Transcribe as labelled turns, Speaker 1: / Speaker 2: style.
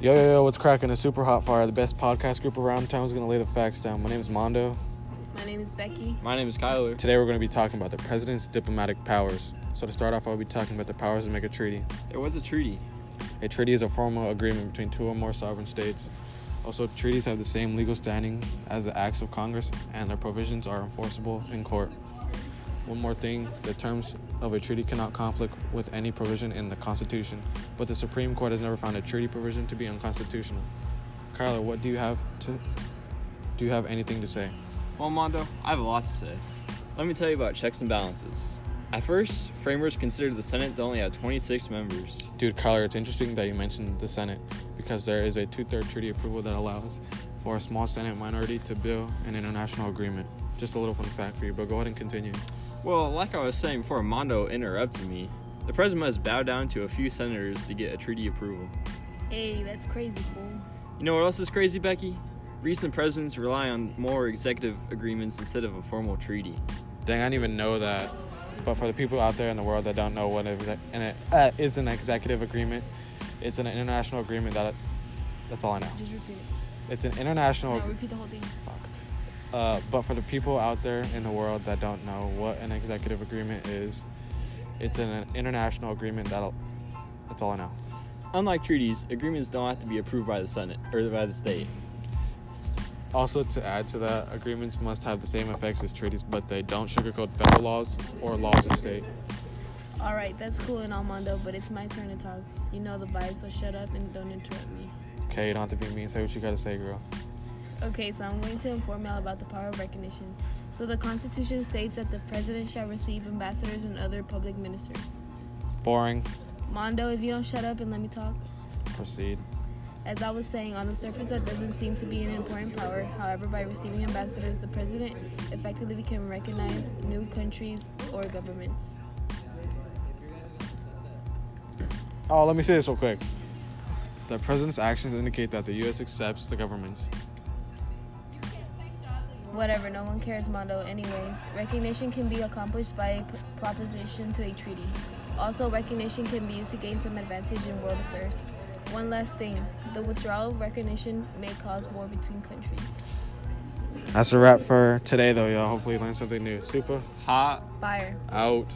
Speaker 1: Yo, yo, yo, what's cracking? A super hot fire. The best podcast group around town is going to lay the facts down. My name is Mondo.
Speaker 2: My name is Becky.
Speaker 3: My name is Kyler.
Speaker 1: Today we're going to be talking about the president's diplomatic powers. So to start off, I'll be talking about the powers to make a treaty.
Speaker 3: It was a treaty.
Speaker 1: A treaty is a formal agreement between two or more sovereign states. Also, treaties have the same legal standing as the acts of Congress, and their provisions are enforceable in court. One more thing the terms of a treaty cannot conflict with any provision in the Constitution, but the Supreme Court has never found a treaty provision to be unconstitutional. Kyler, what do you have to do you have anything to say?
Speaker 3: Well, Mondo, I have a lot to say. Let me tell you about checks and balances. At first, framers considered the Senate to only have 26 members.
Speaker 1: Dude, Kyler, it's interesting that you mentioned the Senate because there is a two-third treaty approval that allows for a small Senate minority to bill an international agreement. Just a little fun fact for you, but go ahead and continue.
Speaker 3: Well, like I was saying before Mondo interrupted me, the president must bow down to a few senators to get a treaty approval.
Speaker 2: Hey, that's crazy, fool.
Speaker 3: You know what else is crazy, Becky? Recent presidents rely on more executive agreements instead of a formal treaty.
Speaker 1: Dang, I didn't even know that. But for the people out there in the world that don't know what an exec- and it uh, is an executive agreement, it's an international agreement that that's all I know.
Speaker 2: Just repeat it.
Speaker 1: It's an international.
Speaker 2: No, repeat the whole thing.
Speaker 1: Fuck. Uh, but for the people out there in the world that don't know what an executive agreement is, it's an international agreement that'll. That's all I know.
Speaker 3: Unlike treaties, agreements don't have to be approved by the Senate or by the state.
Speaker 1: Also, to add to that, agreements must have the same effects as treaties, but they don't sugarcoat federal laws or laws of state.
Speaker 2: All right, that's cool and all, Mondo, but it's my turn to talk. You know the vibe, so shut up and don't interrupt me.
Speaker 1: Okay, you don't have to be mean. Say what you gotta say, girl.
Speaker 2: Okay, so I'm going to inform y'all about the power of recognition. So the Constitution states that the president shall receive ambassadors and other public ministers.
Speaker 1: Boring.
Speaker 2: Mondo, if you don't shut up and let me talk.
Speaker 1: Proceed.
Speaker 2: As I was saying, on the surface, that doesn't seem to be an important power. However, by receiving ambassadors, the president effectively can recognize new countries or governments.
Speaker 1: Oh, let me say this real quick. The president's actions indicate that the U.S. accepts the government's.
Speaker 2: Whatever, no one cares, Mondo. Anyways, recognition can be accomplished by a p- proposition to a treaty. Also, recognition can be used to gain some advantage in world affairs. One last thing the withdrawal of recognition may cause war between countries.
Speaker 1: That's a wrap for today, though, y'all. Hopefully, you learned something new. Super
Speaker 3: Hot
Speaker 2: Fire.
Speaker 1: out.